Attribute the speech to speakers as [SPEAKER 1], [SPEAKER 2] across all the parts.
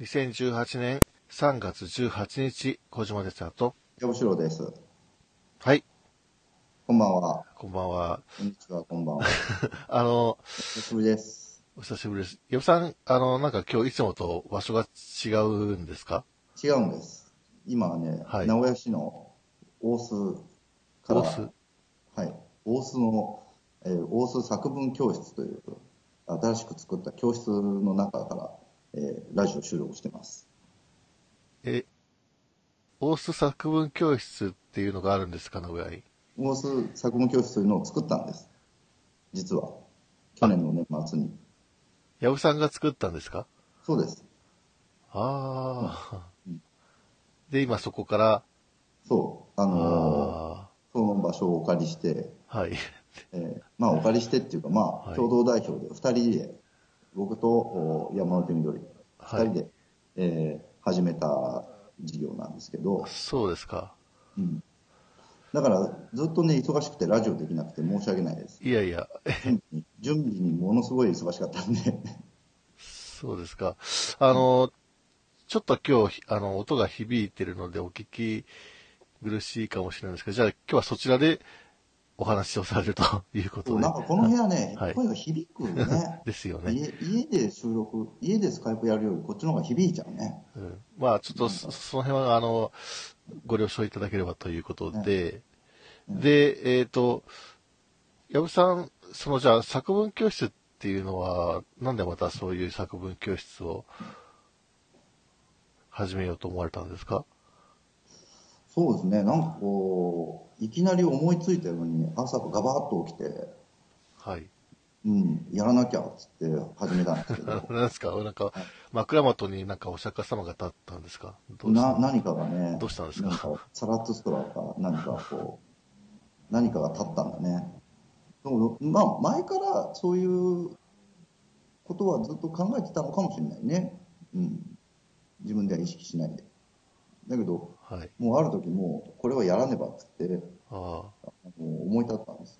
[SPEAKER 1] 2018年3月18日、小島哲也と。
[SPEAKER 2] よぶしろです。
[SPEAKER 1] はい、
[SPEAKER 2] こんばんは。
[SPEAKER 1] こんばんは。
[SPEAKER 2] こんにちは、こんばんは。
[SPEAKER 1] あの、
[SPEAKER 2] お久しぶりです。
[SPEAKER 1] お久しぶりです。矢部さん、あの、なんか今日いつもと場所が違うんですか
[SPEAKER 2] 違うんです。今はね、
[SPEAKER 1] はい
[SPEAKER 2] 名古屋市の大須から、
[SPEAKER 1] 大須
[SPEAKER 2] はい、大須の、えー大須作文教室という、新しく作った教室の中から、えーラジオ収録してます。
[SPEAKER 1] え、大須作文教室っていうのがあるんですか、名古屋に。
[SPEAKER 2] 大須作文教室というのを作ったんです。実は。去年の年末に。
[SPEAKER 1] 矢部さんが作ったんですか
[SPEAKER 2] そうです。
[SPEAKER 1] ああ
[SPEAKER 2] うん。
[SPEAKER 1] で、今そこから、
[SPEAKER 2] そう。あのー
[SPEAKER 1] あ
[SPEAKER 2] その場所をお借りして、
[SPEAKER 1] あ、はい。
[SPEAKER 2] えーまあお借りしてっていうか、ま
[SPEAKER 1] は
[SPEAKER 2] あ
[SPEAKER 1] い
[SPEAKER 2] 共同代表で2人で、僕とお山手みどり、
[SPEAKER 1] はい
[SPEAKER 2] 2人で、えー始めた事業なんですけど、
[SPEAKER 1] そうですか。
[SPEAKER 2] うん、だからずっとね、忙しくてラジオできなくて申し訳ない です。
[SPEAKER 1] いやいや、
[SPEAKER 2] 準備に準備にものすごい忙しかった んで、
[SPEAKER 1] そうですか。あの、ちょっと今日、あの、音が響いてるのでお聞き苦しいかもしれないんですけど、じゃあ今日はそちらでお話をされるというこ
[SPEAKER 2] そ
[SPEAKER 1] と
[SPEAKER 2] う
[SPEAKER 1] で
[SPEAKER 2] なん。かこの部屋ね、
[SPEAKER 1] はい。
[SPEAKER 2] 声が響くね
[SPEAKER 1] ですよね。
[SPEAKER 2] 家家で収録、家でスカイプやるよりこっちの方が響いちゃうね。
[SPEAKER 1] うん、まあ、ちょっとそその辺は、あの、ご了承いただければということで、で、えっ、と、矢部さん、そのじゃあ作文教室っていうのは、なんでまたそういう作文教室を始めようと思われたんですか
[SPEAKER 2] そうですね、なんかこう、いきなり思いついたように、朝ガバッと起きて、
[SPEAKER 1] はい。
[SPEAKER 2] うん、やらなきゃっつって始めたんで すけ
[SPEAKER 1] な
[SPEAKER 2] ど、
[SPEAKER 1] なんですかなんか、枕元になんかお釈迦様が立ったんですかどうです
[SPEAKER 2] な
[SPEAKER 1] か
[SPEAKER 2] 何かがね、
[SPEAKER 1] どうしたんですか
[SPEAKER 2] なんかサラッとストラか、何かこう、何かが立ったんだね。でもまあ、前からそういうことはずっと考えてたのかもしれないね、うん、自分では意識しないで。だけど、
[SPEAKER 1] はい。
[SPEAKER 2] もうある時もう、これはやらねばっつって、
[SPEAKER 1] ああ。
[SPEAKER 2] あの思い立ったんです。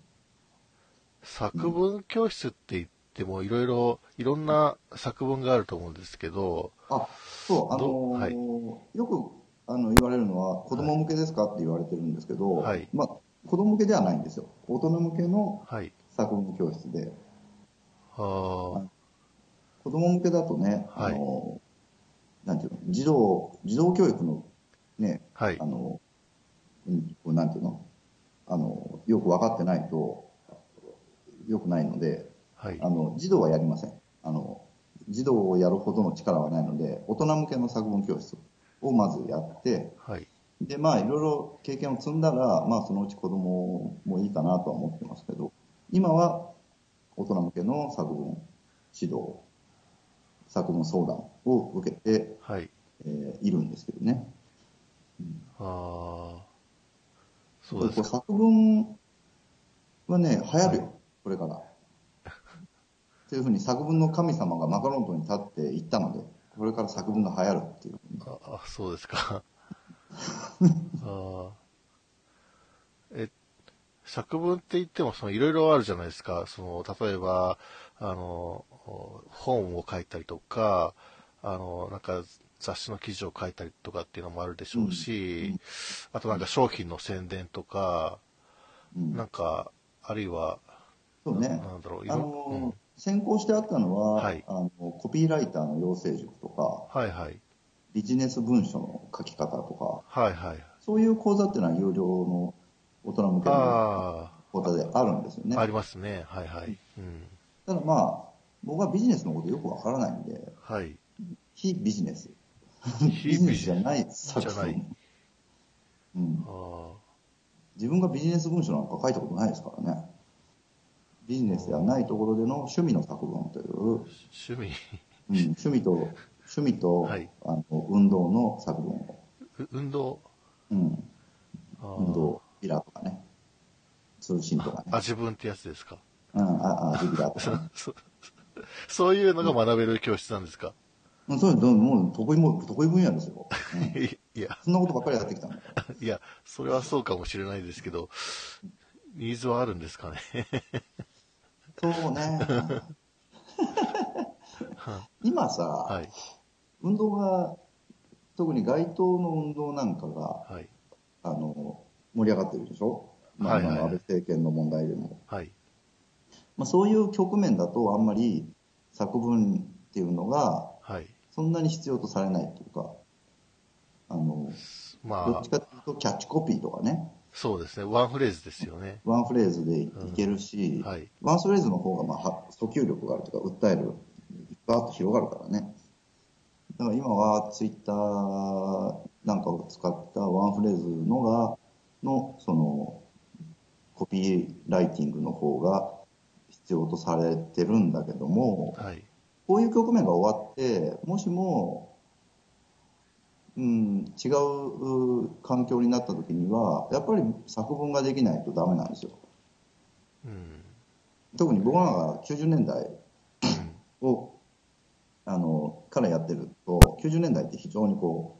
[SPEAKER 1] 作文教室って言っても、いろいろ、いろんな作文があると思うんですけど、
[SPEAKER 2] あ、そう、あの
[SPEAKER 1] ど
[SPEAKER 2] ー
[SPEAKER 1] はい
[SPEAKER 2] よくあの言われるのは、子供向けですかって言われてるんですけど、
[SPEAKER 1] はい
[SPEAKER 2] まあ、子供向けではないんですよ。大人向けの
[SPEAKER 1] はい。
[SPEAKER 2] 作文教室で、
[SPEAKER 1] ああ。
[SPEAKER 2] はい子供向けだとね、
[SPEAKER 1] はい
[SPEAKER 2] あのーなんていうの、児童、児童教育のね、
[SPEAKER 1] はい
[SPEAKER 2] あ。の、うんこう、なんていうの、あの、よく分かってないと、よくないので、
[SPEAKER 1] はい
[SPEAKER 2] あ。の、児童はやりません。あの、児童をやるほどの力はないので、大人向けの作文教室をまずやって、
[SPEAKER 1] はい。
[SPEAKER 2] で、まあ、いろいろ経験を積んだら、まあ、そのうち子供もいいかなとは思ってますけど、今は大人向けの作文指導、作文相談を受けて、
[SPEAKER 1] はい。
[SPEAKER 2] えーいるんですけどね。
[SPEAKER 1] ああ。そうです
[SPEAKER 2] こ
[SPEAKER 1] か。
[SPEAKER 2] 作文はね、流行るよ、これから。というふうに作文の神様がマカロン島に立って言ったので、これから作文が流行るっていう。
[SPEAKER 1] ああ、そうですか。ああ。え、作文って言っても、その、いろいろあるじゃないですか。その、例えば、あの、本を書いたりとか、あの、なんか、雑誌の記事を書いたりとかっていうのもあるでしょうし、あとなんか商品の宣伝とか、
[SPEAKER 2] うん
[SPEAKER 1] なんか、あるいは、
[SPEAKER 2] そうね。
[SPEAKER 1] なんだろう、い
[SPEAKER 2] あ
[SPEAKER 1] ろ、
[SPEAKER 2] の、先行してあったのは、
[SPEAKER 1] はい
[SPEAKER 2] あの、コピーライターの養成塾とか、
[SPEAKER 1] うん、はいはい。
[SPEAKER 2] ビジネス文書の書き方とか、
[SPEAKER 1] はいはい。
[SPEAKER 2] そういう講座っていうのは有料の大人向けの
[SPEAKER 1] あ
[SPEAKER 2] 講座であるんですよね
[SPEAKER 1] あ、。ありますね。はいはい。うん。
[SPEAKER 2] ただまあ、僕はビジネスのことよくわからないんで、
[SPEAKER 1] はい。
[SPEAKER 2] 非ビジネス。
[SPEAKER 1] 非ビジ
[SPEAKER 2] ビジ
[SPEAKER 1] ネ
[SPEAKER 2] ネ
[SPEAKER 1] ス
[SPEAKER 2] スじゃない作
[SPEAKER 1] じゃない
[SPEAKER 2] 品。うん
[SPEAKER 1] あ、あ
[SPEAKER 2] 自分がビジネス文書なんか書いたことないですからね。ビジネスではないところでの趣味の作文という、 うん、
[SPEAKER 1] 趣味、
[SPEAKER 2] 趣味と、趣味と、
[SPEAKER 1] はい
[SPEAKER 2] あの運動の作文を。
[SPEAKER 1] う運動
[SPEAKER 2] うん、
[SPEAKER 1] ああ
[SPEAKER 2] 運動、ビラとかね。通信とか
[SPEAKER 1] あ、
[SPEAKER 2] ね。
[SPEAKER 1] 自分ってやつですか。
[SPEAKER 2] うん、あ、あ、ビラとか、ね。
[SPEAKER 1] そそういうのが学べる教室なんですか、
[SPEAKER 2] うんそういうの、もう得意も、得意分野ですよ。うん
[SPEAKER 1] いや、
[SPEAKER 2] そんなことばっかりやってきたんだから。
[SPEAKER 1] いや、それはそうかもしれないですけど、ニーズはあるんですかね。
[SPEAKER 2] そうね。今さ、
[SPEAKER 1] はい。
[SPEAKER 2] 運動が、特に街頭の運動なんかが、
[SPEAKER 1] はい。
[SPEAKER 2] あの、盛り上がってるでしょまあ、
[SPEAKER 1] はい
[SPEAKER 2] 今
[SPEAKER 1] はい
[SPEAKER 2] の安倍政権の問題でも。
[SPEAKER 1] はい。
[SPEAKER 2] まあ、そういう局面だと、あんまり作文っていうのが、
[SPEAKER 1] はい。
[SPEAKER 2] そんなに必要とされないというか、あの、ど
[SPEAKER 1] ま
[SPEAKER 2] っち
[SPEAKER 1] あ、
[SPEAKER 2] かというとキャッチコピーとかね、
[SPEAKER 1] そうですね。ワンフレーズですよね。
[SPEAKER 2] ワンフレーズでいけるし、
[SPEAKER 1] はい。
[SPEAKER 2] ワンフレーズの方が、まあ、は訴求力があるというか、訴える、バーッと広がるからね。だから今はツイッターなんかを使ったワンフレーズのが、の、その、コピーライティングの方が必要とされてるんだけども、
[SPEAKER 1] はい。
[SPEAKER 2] こういう局面が終わって、もしも、うん、違うう環境になった時には、やっぱり作文ができないとダメなんですよ。
[SPEAKER 1] うん。
[SPEAKER 2] 特に僕らが90年代を、あの、からやってると、90年代って非常にこ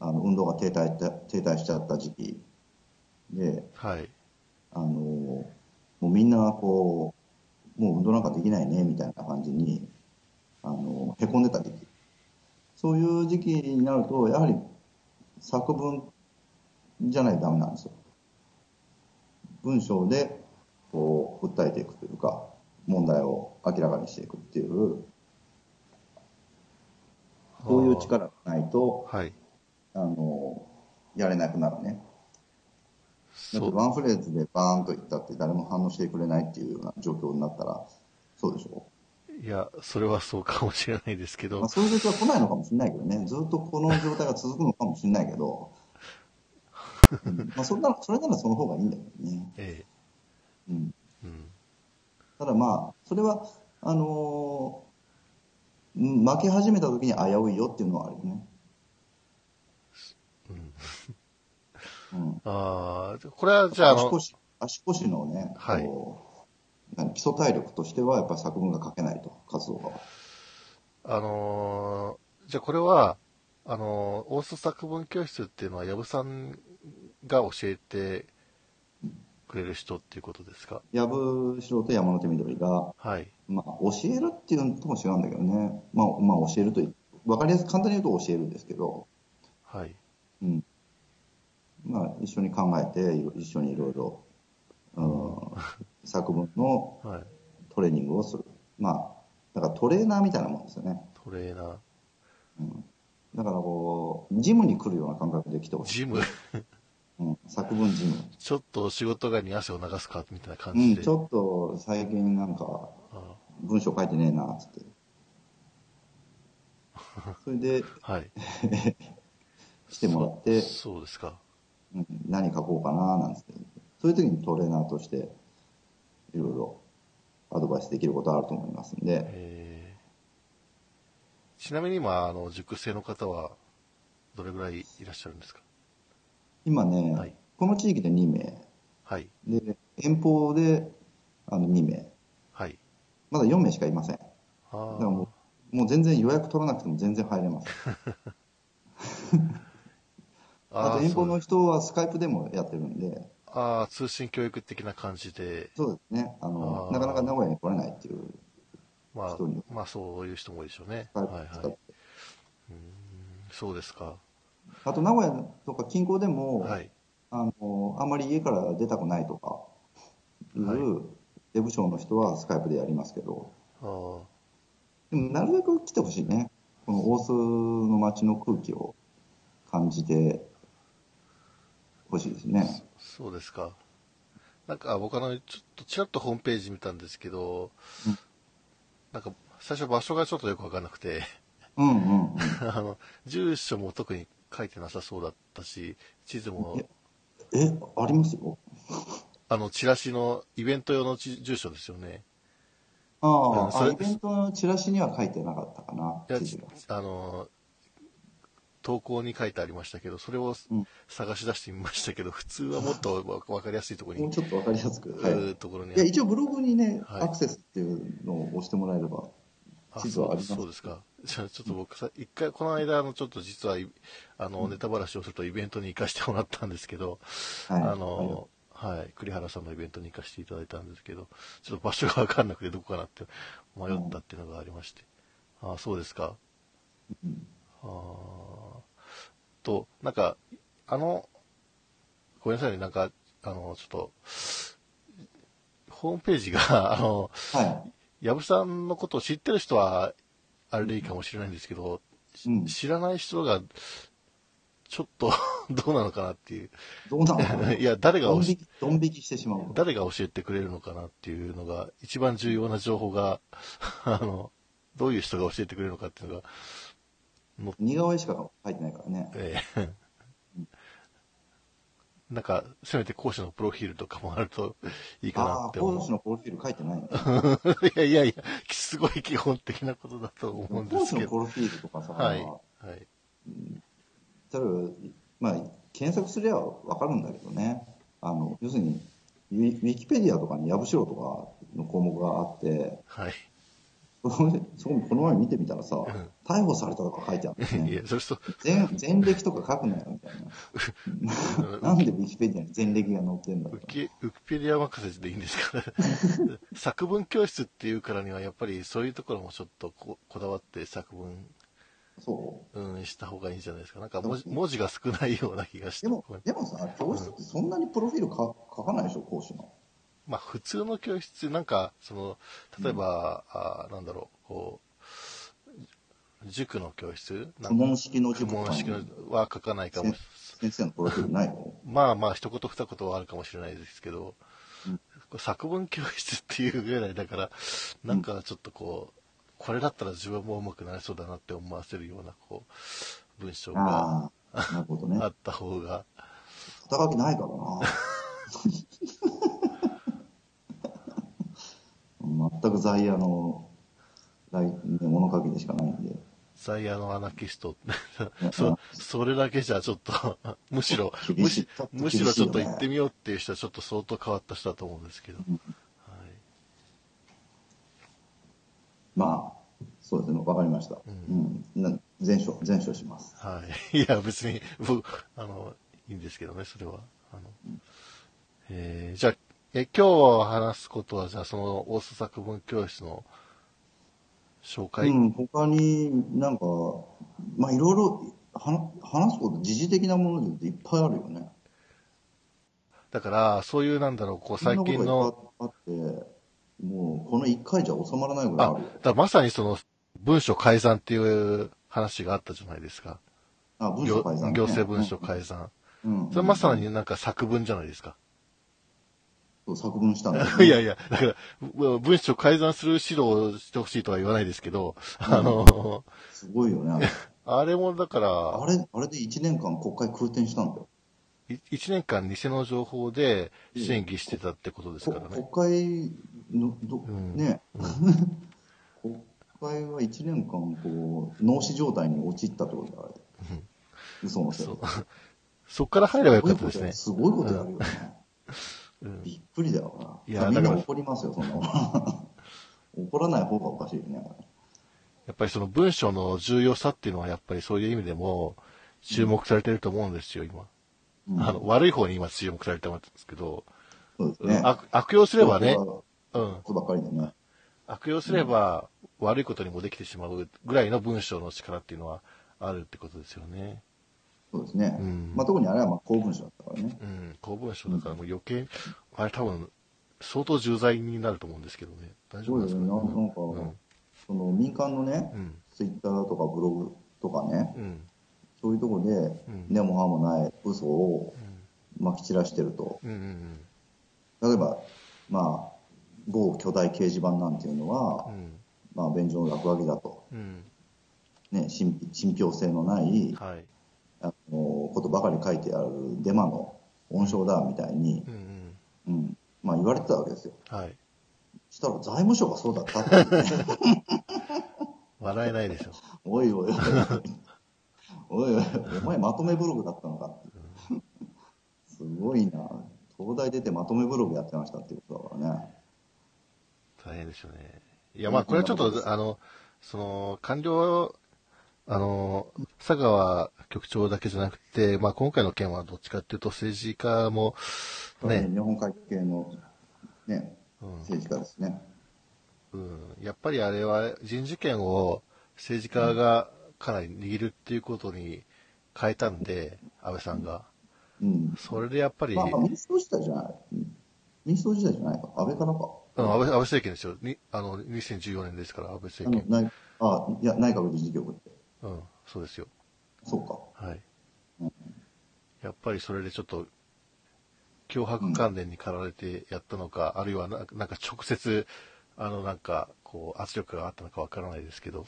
[SPEAKER 2] う、あの、運動が停滞した、停滞しちゃった時期で、
[SPEAKER 1] はい。
[SPEAKER 2] あの、もうみんなこう、もう運動なんかできないね、みたいな感じに、あの、へこんでた時期。そういう時期になると、やはり作文じゃないとダメなんですよ。文章で、こう、訴えていくというか、問題を明らかにしていくっていう、そういう力がないと、
[SPEAKER 1] はい。
[SPEAKER 2] あの、やれなくなるね。だっ
[SPEAKER 1] そ
[SPEAKER 2] て
[SPEAKER 1] う。
[SPEAKER 2] ワンフレーズでバーンと言ったって誰も反応してくれないっていうような状況になったら、そうでしょ
[SPEAKER 1] いや、それはそうかもしれないですけ
[SPEAKER 2] う。まあ、
[SPEAKER 1] ど、
[SPEAKER 2] そういう時は来ないのかもしれないけどね、ずっとこの状態が続くのかもしれないけど、うんまあそれなら、それならその方がいいんだけどね。
[SPEAKER 1] え
[SPEAKER 2] うん、
[SPEAKER 1] え。うん。
[SPEAKER 2] ただまあ、それは、あのーうん負け始めた時に危ういよっていうのはあるよね。
[SPEAKER 1] うん
[SPEAKER 2] うん、
[SPEAKER 1] ああ、これはじゃあ、あ
[SPEAKER 2] 足
[SPEAKER 1] の、
[SPEAKER 2] 腰、足腰のね、
[SPEAKER 1] はい
[SPEAKER 2] こう何基礎体力としてはやっぱり作文が書けないと、活動が。
[SPEAKER 1] あのーじゃあこれは、あのーオース作文教室っていうのは、矢部さんが教えてくれる人っていうことですか
[SPEAKER 2] 藪城と山手緑が、
[SPEAKER 1] はい。
[SPEAKER 2] まあ、教えるっていうのとも違うんだけどね、まあ、まあ、教えるとい、わかりやすく、簡単に言うと教えるんですけど、
[SPEAKER 1] はい。
[SPEAKER 2] うん。まあ、一緒に考えて、いろ一緒にいろいろ、 うん、作文の
[SPEAKER 1] はい。
[SPEAKER 2] トレーニングをする。まあ、だからトレーナーみたいなもんですよね。
[SPEAKER 1] トレーナ
[SPEAKER 2] だからこう、ジムに来るような感覚で来て
[SPEAKER 1] ー。
[SPEAKER 2] ほしい。
[SPEAKER 1] ジム
[SPEAKER 2] うん、作文ジム。
[SPEAKER 1] ちょっと仕事外に汗を流すかみたいな感
[SPEAKER 2] う
[SPEAKER 1] じ
[SPEAKER 2] ん、
[SPEAKER 1] で。
[SPEAKER 2] ちょっと最近なんか、
[SPEAKER 1] あ
[SPEAKER 2] 文章書いてねえな、つって。それで、
[SPEAKER 1] ーはい。
[SPEAKER 2] 来てもらって、
[SPEAKER 1] そうですか。
[SPEAKER 2] うん何書こうかななんつってそういう時にトレーナーとしていろいろアドバイスできることあると思いますんで、
[SPEAKER 1] えーちなみに今、あの、塾生の方は、どれぐらいいらっしゃるんですか
[SPEAKER 2] 今ね、
[SPEAKER 1] はい
[SPEAKER 2] この地域で2名
[SPEAKER 1] はい。
[SPEAKER 2] で遠方であの2名
[SPEAKER 1] はい。
[SPEAKER 2] まだ4名しかいませんだか
[SPEAKER 1] あ
[SPEAKER 2] ら
[SPEAKER 1] ー
[SPEAKER 2] もうもう全然予約取らなくても全然入れますあ
[SPEAKER 1] ー
[SPEAKER 2] と遠方
[SPEAKER 1] そう
[SPEAKER 2] の人はスカイプでもやってるんで
[SPEAKER 1] ああ、通信教育的な感じで、
[SPEAKER 2] そうですねあの
[SPEAKER 1] あー
[SPEAKER 2] なかなか名古屋に来れないっていう
[SPEAKER 1] ま
[SPEAKER 2] 人に
[SPEAKER 1] あ、まあそういう人も多いでしょうね。
[SPEAKER 2] スカ
[SPEAKER 1] は
[SPEAKER 2] イ
[SPEAKER 1] い
[SPEAKER 2] プ
[SPEAKER 1] はい
[SPEAKER 2] 使って、。
[SPEAKER 1] うーんそうですか。
[SPEAKER 2] あと名古屋とか近郊でも、
[SPEAKER 1] はい。
[SPEAKER 2] あの、あんまり家から出たくないとか、いう、
[SPEAKER 1] はい
[SPEAKER 2] 出部署の人はスカイプでやりますけど、
[SPEAKER 1] あー
[SPEAKER 2] でもなるべく来てほしいね。この大須の街の空気を感じてほしいですね。
[SPEAKER 1] そうですか。なんか、あ僕あの、ちょっとちらっとホームページ見たんですけど、
[SPEAKER 2] うん
[SPEAKER 1] なんか、最初場所がちょっとよくわかんなくて、
[SPEAKER 2] うんうんうん。
[SPEAKER 1] あの、住所も特に書いてなさそうだったし、地図も、
[SPEAKER 2] え、ありますよ。
[SPEAKER 1] あの、チラシの、イベント用のち住所ですよね。
[SPEAKER 2] あ
[SPEAKER 1] うん
[SPEAKER 2] あ
[SPEAKER 1] そ
[SPEAKER 2] あ、
[SPEAKER 1] れ
[SPEAKER 2] イベントのチラシには書いてなかったかな、
[SPEAKER 1] いや、
[SPEAKER 2] 記事
[SPEAKER 1] ち
[SPEAKER 2] が。
[SPEAKER 1] あの、投稿に書いてありましたけど、それを
[SPEAKER 2] うん
[SPEAKER 1] 探し出してみましたけど、 普通はもっとわわかりやすいところ
[SPEAKER 2] もう
[SPEAKER 1] に、
[SPEAKER 2] ちょっとわかりやすく。はい。
[SPEAKER 1] うー
[SPEAKER 2] い
[SPEAKER 1] ところにあ
[SPEAKER 2] や、一応ブログにね、
[SPEAKER 1] はい
[SPEAKER 2] アクセスっていうのを押してもらえれば。
[SPEAKER 1] あ
[SPEAKER 2] 地図はあります
[SPEAKER 1] そうそうですか。じゃあちょっと僕さ、一回、この間、あの、ちょっと実は、いあの、ネタばらしをするとイベントに行かしてもらったんですけど、
[SPEAKER 2] はい。
[SPEAKER 1] あの、はい、栗原さんのイベントに行かせていただいたんですけど、ちょっと場所がわかんなくてどこかなって迷ったっていうのがありまして。あそうですか。あと、なんか、あの、ごめんなさいね、なんか、あの、ちょっと、ホームページが、あ の、
[SPEAKER 2] は
[SPEAKER 1] 矢部さんのことを知ってる人は、あれでいいかもしれないんですけど、
[SPEAKER 2] い。うん。
[SPEAKER 1] 知らない人が、ちょっと、 どうなのかなっていう。
[SPEAKER 2] どうなのかな
[SPEAKER 1] いや、誰が
[SPEAKER 2] ド
[SPEAKER 1] 教
[SPEAKER 2] ン
[SPEAKER 1] え
[SPEAKER 2] 引き、ドン引きしてしまう。
[SPEAKER 1] 誰が教えてくれるのかなっていうのが、一番重要な情報が、 あの、どういう人が教えてくれるのかっていうのが、
[SPEAKER 2] 似顔絵しか書いてないからね。
[SPEAKER 1] ええ なんか、せめて講師のプロフィールとかもあるといいかな
[SPEAKER 2] あ
[SPEAKER 1] っ
[SPEAKER 2] あ、
[SPEAKER 1] て思
[SPEAKER 2] 講
[SPEAKER 1] う
[SPEAKER 2] 師。のプロフィール書い てないね。
[SPEAKER 1] い やいやいや、すごい基本的なことだと思うんで
[SPEAKER 2] 講
[SPEAKER 1] す
[SPEAKER 2] 師
[SPEAKER 1] け
[SPEAKER 2] の
[SPEAKER 1] ど。
[SPEAKER 2] プロフィールとかさ、
[SPEAKER 1] はい。はい。
[SPEAKER 2] 例えば、まあ、検索すればわかるんだけどね。あの、要するに、ウィウィキペディアとかにヤブシロとかの項目があって、
[SPEAKER 1] はい。
[SPEAKER 2] そこでそここの前見てみたらさ、逮捕されたとか書いてある
[SPEAKER 1] いや
[SPEAKER 2] ね。、
[SPEAKER 1] それと、
[SPEAKER 2] 前前歴とか書くなよみたいな。 なんでウィキペディアに前歴が載ってんだと
[SPEAKER 1] ウ
[SPEAKER 2] か。
[SPEAKER 1] キ、ウキペディア任せでいいんです から作文教室っていうからには、やっぱりそういうところもちょっとここだわって作文、
[SPEAKER 2] そう。
[SPEAKER 1] うん、した方がいいんじゃないですか。なんか文字文字が少ないような気がして
[SPEAKER 2] で。も、でもさ、教室ってそんなにプロフィールか書かないでしょ、講師の。
[SPEAKER 1] まあ普通の教室、なんか、その、例えば、あーなんだろう、こう、塾の教室な
[SPEAKER 2] 苦
[SPEAKER 1] んか、
[SPEAKER 2] 問式の
[SPEAKER 1] 苦
[SPEAKER 2] 塾と
[SPEAKER 1] 問
[SPEAKER 2] かに
[SPEAKER 1] 式のは書かないかも
[SPEAKER 2] 先先生のプロフィールない の
[SPEAKER 1] まあまあ、一言二言はあるかもしれないですけど、作文教室っていうぐらいだから、なんかちょっとこう、これだったら自分も上手くなりそうだなって思わせるような、こう、文章が
[SPEAKER 2] ああ、なるほどね。
[SPEAKER 1] あった方が、
[SPEAKER 2] 肩書きないからな。全く在野の来物書きでしかないんで。
[SPEAKER 1] 在野のアナキスト そ、それだけじゃちょっと、 むしろ、む
[SPEAKER 2] 厳しい
[SPEAKER 1] し
[SPEAKER 2] ちょっと厳
[SPEAKER 1] む
[SPEAKER 2] しい
[SPEAKER 1] し
[SPEAKER 2] よね
[SPEAKER 1] ろちょっと行ってみようっていう人はちょっと相当変わった人だと思うんですけど。はい、
[SPEAKER 2] まあ、そうですね、わかりました。うん。な前書、前書します。
[SPEAKER 1] はい。 いや、別に、僕、あの、いいんですけどね、それは。あのえーじゃあ、え今日話すことは、じゃあ、その、大須作文教室の紹介。
[SPEAKER 2] うん、他になんか、まあいろいろ話話すこと、時事的なものでいっぱいあるよね。
[SPEAKER 1] だから、そういう、なんだろう、こう、
[SPEAKER 2] そ
[SPEAKER 1] 最
[SPEAKER 2] んなことがい
[SPEAKER 1] 近
[SPEAKER 2] っぱ
[SPEAKER 1] の、
[SPEAKER 2] いあって、もうこの1回じゃ収まらないぐらい
[SPEAKER 1] あ、
[SPEAKER 2] あ
[SPEAKER 1] だ
[SPEAKER 2] るよ。
[SPEAKER 1] からまさにその、文書改ざんっていう話があったじゃないですか。
[SPEAKER 2] あ、文
[SPEAKER 1] 行
[SPEAKER 2] 書改ざんね、
[SPEAKER 1] 行政文書改ざん。
[SPEAKER 2] うん。
[SPEAKER 1] それまさになんか作文じゃないですか。
[SPEAKER 2] そう作文したんだよね
[SPEAKER 1] いやいや、だから、ぶ文書改ざんする指導をしてほしいとは言わないですけど、あの、
[SPEAKER 2] すごいよね。
[SPEAKER 1] あれもだか
[SPEAKER 2] あれ、あれで1年間国会空転したんだよ。
[SPEAKER 1] ら、い一年間偽の情報で審議してたってことです
[SPEAKER 2] こ
[SPEAKER 1] からね。
[SPEAKER 2] 国会の、ど、
[SPEAKER 1] ん
[SPEAKER 2] ね、 国会は1年間、こう、脳死状態に陥ったってことだ、あれ。嘘のせいで。
[SPEAKER 1] そっから入ればよかったで
[SPEAKER 2] こと
[SPEAKER 1] す
[SPEAKER 2] や
[SPEAKER 1] ね。
[SPEAKER 2] すごいことやるよね。 びっくりだよな。
[SPEAKER 1] いや
[SPEAKER 2] みん
[SPEAKER 1] だ
[SPEAKER 2] な
[SPEAKER 1] から
[SPEAKER 2] 怒りますよ、そんなもん 怒らない方がおかしいよね。
[SPEAKER 1] やっぱりその文書の重要さっていうのはやっぱりそういう意味でも注目されてると思うんですよ、今。
[SPEAKER 2] うん
[SPEAKER 1] あの、悪い方に今注目されてますけど、
[SPEAKER 2] そうですね。
[SPEAKER 1] 悪悪用すればね、
[SPEAKER 2] こ
[SPEAKER 1] うん、
[SPEAKER 2] とばっかりでね。
[SPEAKER 1] 悪用すれば悪いことにもできてしまうぐらいの文章の力っていうのはあるってことですよね。
[SPEAKER 2] そうですね。
[SPEAKER 1] うん
[SPEAKER 2] まあ、特にあれはまあ公文書だったからね。
[SPEAKER 1] うん、公文書だからもう余計、あれ多分相当重罪になると思うんですけどね。大丈
[SPEAKER 2] そう
[SPEAKER 1] 夫なんです
[SPEAKER 2] で
[SPEAKER 1] す
[SPEAKER 2] ね。
[SPEAKER 1] か
[SPEAKER 2] な
[SPEAKER 1] ね。
[SPEAKER 2] なんか、その民間のね、
[SPEAKER 1] うん
[SPEAKER 2] ツイッターとかブログとかね、
[SPEAKER 1] うん、
[SPEAKER 2] そういうとこで、
[SPEAKER 1] ん
[SPEAKER 2] 根も葉もない嘘をまき散らしてると。
[SPEAKER 1] うん、うん、うん
[SPEAKER 2] 例えば、まあ、某巨大掲示板なんていうのは、
[SPEAKER 1] うん、
[SPEAKER 2] まあ、便所の落書きだと。
[SPEAKER 1] うん、
[SPEAKER 2] ね、信信憑性のない、
[SPEAKER 1] はい。
[SPEAKER 2] あの、ことばかり書いてあるデマの温床だ、みたいに
[SPEAKER 1] う、ん、
[SPEAKER 2] うん、まあ言われてたわけですよ。
[SPEAKER 1] うん、はい。
[SPEAKER 2] したら財務省がそうだったっていうね
[SPEAKER 1] 笑えないでしょ。
[SPEAKER 2] おいおいおい。おいおい、お前まとめブログだったのかって。すごいな。東大出てまとめブログやってましたっていうことだからね。
[SPEAKER 1] 大変ですよね。いや、まあ、これはちょっと、あの、その、官僚、あの、佐川局長だけじゃなくて、まあ、今回の件はどっちかっていうと政治家も、ね、
[SPEAKER 2] 日本会系の、ね、
[SPEAKER 1] うん
[SPEAKER 2] 政治家ですね。
[SPEAKER 1] うん、やっぱりあれは人事権を政治家がかなり握るっていうことに変えたんで、安倍さんが。
[SPEAKER 2] うん。
[SPEAKER 1] それでやっぱり、
[SPEAKER 2] まあ、まあ、
[SPEAKER 1] うん
[SPEAKER 2] 民主党時代じゃない。うん民主党時代じゃないか。安倍からか。
[SPEAKER 1] 安倍安倍政権ですよ。にあの、2014年ですから、安倍
[SPEAKER 2] あ
[SPEAKER 1] 政
[SPEAKER 2] の
[SPEAKER 1] 権。
[SPEAKER 2] 内あ、いや、内閣理事局って。
[SPEAKER 1] うん、そうですよ。
[SPEAKER 2] そうか。
[SPEAKER 1] はい
[SPEAKER 2] うん。
[SPEAKER 1] やっぱりそれでちょっと、脅迫観念に駆られてやったのか、あるいはななんか直接、あの、なんか、こう、圧力があったのかわからないですけど、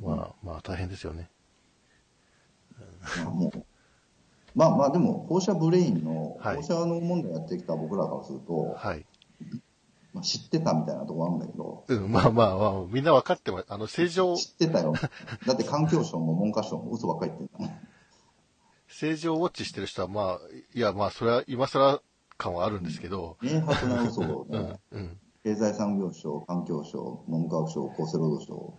[SPEAKER 1] まあ、まあ大変ですよね。
[SPEAKER 2] まあもう。まあまあ、でも、放射ブレインの、
[SPEAKER 1] はい
[SPEAKER 2] 放射の問題やってきた僕らからすると、
[SPEAKER 1] はい。
[SPEAKER 2] まあ、知ってたみたいなとこあるんだけど、
[SPEAKER 1] うん、まあまあまあ、みんな分かっても、あの、政情、
[SPEAKER 2] 知ってたよ。だって環境省も文科省も嘘ばっかり言ってんだもん。
[SPEAKER 1] 政治をウォッチしてる人は、まあ、いや、まあ、それは今更感はあるんですけど、
[SPEAKER 2] 明白な嘘をね、
[SPEAKER 1] うん、
[SPEAKER 2] 経済産業省、環境省、文科省、厚生労働省、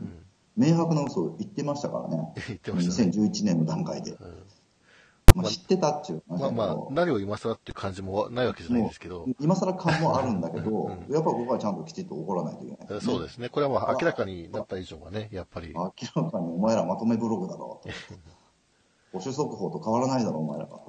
[SPEAKER 2] 明白な嘘を言ってましたからね。
[SPEAKER 1] 言ってましたね。
[SPEAKER 2] 2011年の段階で。
[SPEAKER 1] ん
[SPEAKER 2] まあ、知ってたっていう
[SPEAKER 1] ま
[SPEAKER 2] 話だ
[SPEAKER 1] あ
[SPEAKER 2] けど、
[SPEAKER 1] まあ、何を今更っていう感じもないわけじゃないんですけど、
[SPEAKER 2] 今更感もあるんだけど、やっぱ僕はちゃんときちっと怒らないといけない。
[SPEAKER 1] そうですね。これはまあ、明らかになった以上はね、やっぱり、
[SPEAKER 2] 明らかにお前らまとめブログだろうと。保守速報と変わらないだろ、お前らが。